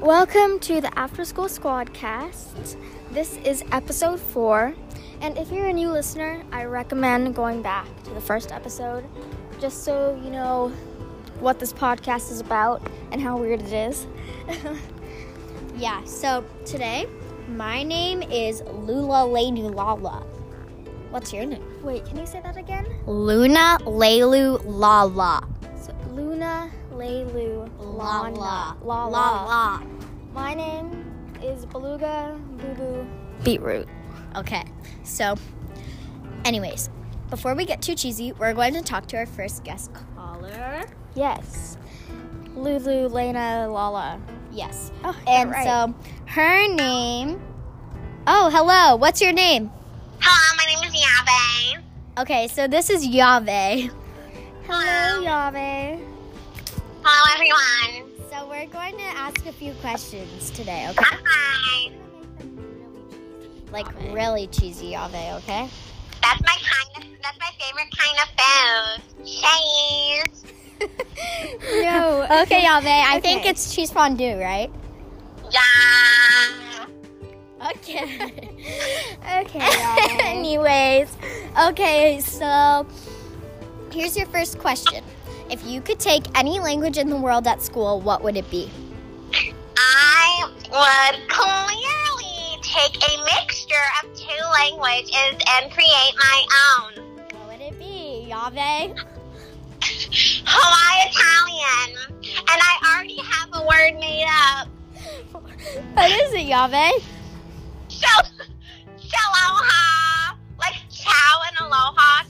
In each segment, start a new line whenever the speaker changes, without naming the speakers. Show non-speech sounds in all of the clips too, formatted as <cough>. Welcome to the After School Squadcast. This is episode four, and if you're a new listener, I recommend going back to the first episode just so you know what this podcast is about and how weird it is.
Yeah, so today my name is Lula Lelu Lala. What's your name?
Wait, can you say that again?
Luna Lelu Lala.
So, Luna Leilu
Lala.
La La.
Lala.
My name is Beluga Boo Boo Beetroot.
Okay, so, anyways, before we get too cheesy, we're going to talk to our first guest caller.
Yes. Lulu Lena Lala.
Yes.
Oh,
And
right.
so, her name. Oh, hello. What's your name?
Hello, my name is Yabe.
Okay, so this is Yave.
Hello, Yave.
Hello, everyone.
So, we're going to ask a few questions today, okay?
Hi.
Like really cheesy Yave, okay?
That's my kind of, that's my favorite kind of food.
No.
Cheese.
<laughs> Okay, Yave, I think
Okay.
it's cheese fondue, right?
Yeah.
<laughs> Okay.
Okay.
<laughs>
Yave.
Anyways, okay, so here's your first question. If you could take any language in the world at school, what would it be?
I would clearly take a mixture of two languages and create my own.
What would it be, Yave?
Hawaii Italian. And I already have a word made up.
<laughs> What is it, Yave?
So, shaloha. Like chow and aloha.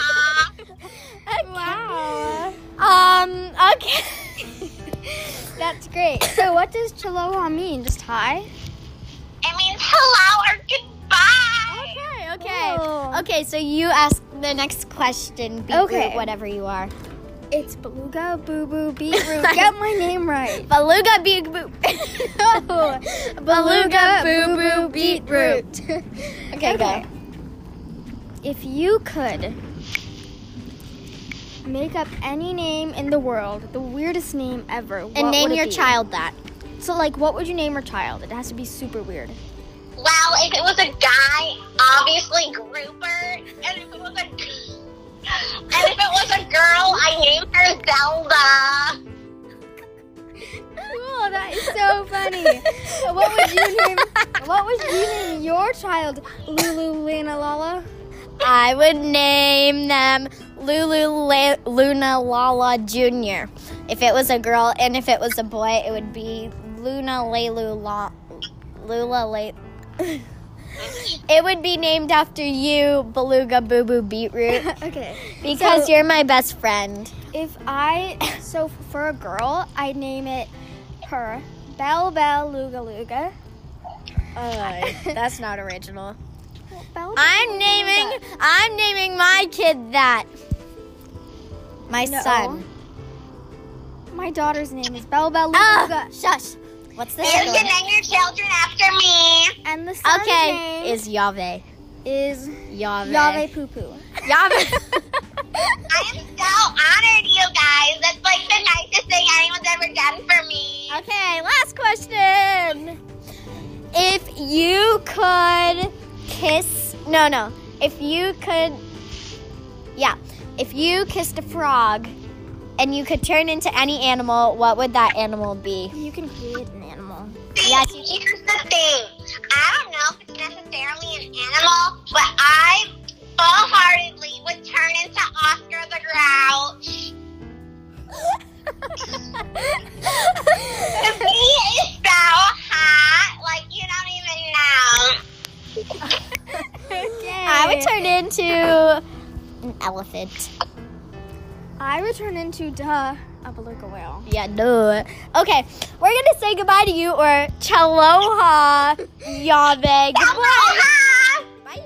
Shaloha.
Wow.
Um, okay. <laughs> That's great.
So what does Chiloa mean? Just hi?
It means hello
Okay,
or goodbye.
okay.
Cool.
Okay, so you ask the next question, beetroot,
Okay.
whatever you are.
It's beluga boo boo <laughs> beetroot. Get my name right.
Beluga big <laughs> boop. Beluga boo boo beetroot. <laughs> Okay,
Okay.
go.
If you could make up any name in the world, the weirdest name ever, what
And name
would it
your
be?
child that.
So like, what would you name your child? It has to be super weird.
Well, if it was a guy, obviously Grouper. And if it was a and if it was a girl, I named her Zelda.
Cool. That is <laughs> so <laughs> funny. what would
<laughs>
you name? What would you name your child? Lulu Lena Lala.
I would name them Lulu La- Luna Lala Jr. If it was a girl, and if it was a boy, it would be Luna Lelu La- Lula Le. <laughs> it would be named after you, Beluga Boo
<laughs>
Boo Beetroot,
<laughs> okay.
because
So-
you're my best friend.
If I so for a girl, I name it her Bell Bell Luga Luga.
<laughs> Oh, that's not original.
Bell,
I'm naming I'm naming my kid that. My
No.
son.
My daughter's name is Bell Bell Luga,
Ah,
Luga.
shush. What's this?
You can name your children after me.
and the son's
Okay,
name
is Yave.
is
Yave.
Yave Poo Poo.
<laughs> Yave.
I am so honored, you guys. That's like the nicest thing anyone's ever done for me.
okay, last question. If you could kiss no no. If you could Yeah. If you kissed a frog and you could turn into any animal, what would that animal be?
You can create an
<laughs>
animal. <laughs>
See,
Yes.
here's the thing. I don't know if it's necessarily an animal, but I wholeheartedly would turn into Oscar the Grouch. He is so hot, like you don't even know.
Okay.
I would turn into an elephant.
I would turn into duh a beluga whale.
Yeah, no. Okay, we're gonna say goodbye to you or chaloha,
<laughs>
yabe. Goodbye.
Aloha!
Bye.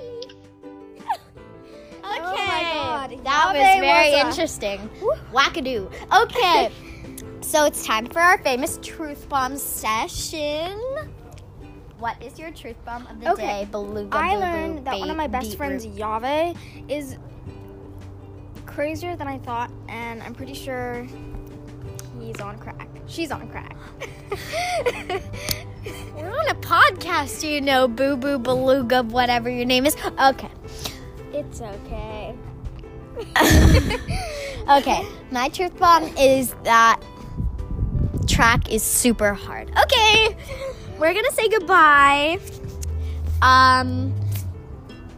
Okay.
Oh my God.
That
Yabe
was very
was a-
interesting.
Woo.
Wackadoo. Okay. so it's time for our famous truth bomb session. What is your truth bomb of the
Okay.
day, Beluga?
I
Boo Boo
learned that one of my
Beet-
best friends,
Beetroot?
Yave, is crazier than I thought, and I'm pretty sure he he's on crack. She's on
<laughs>
crack. <laughs>
We're on a podcast, you know, Boo Boo Beluga, whatever your name is. <laughs> Okay.
it's okay.
Okay. My truth bomb is that track is super hard. Okay. We're going to say goodbye. Um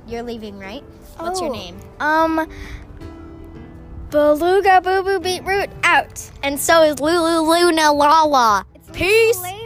you're leaving, right? What's your
Oh.
name?
Um, Beluga Boo Boo Beetroot out.
And so is Lulu Luna Lala. Peace.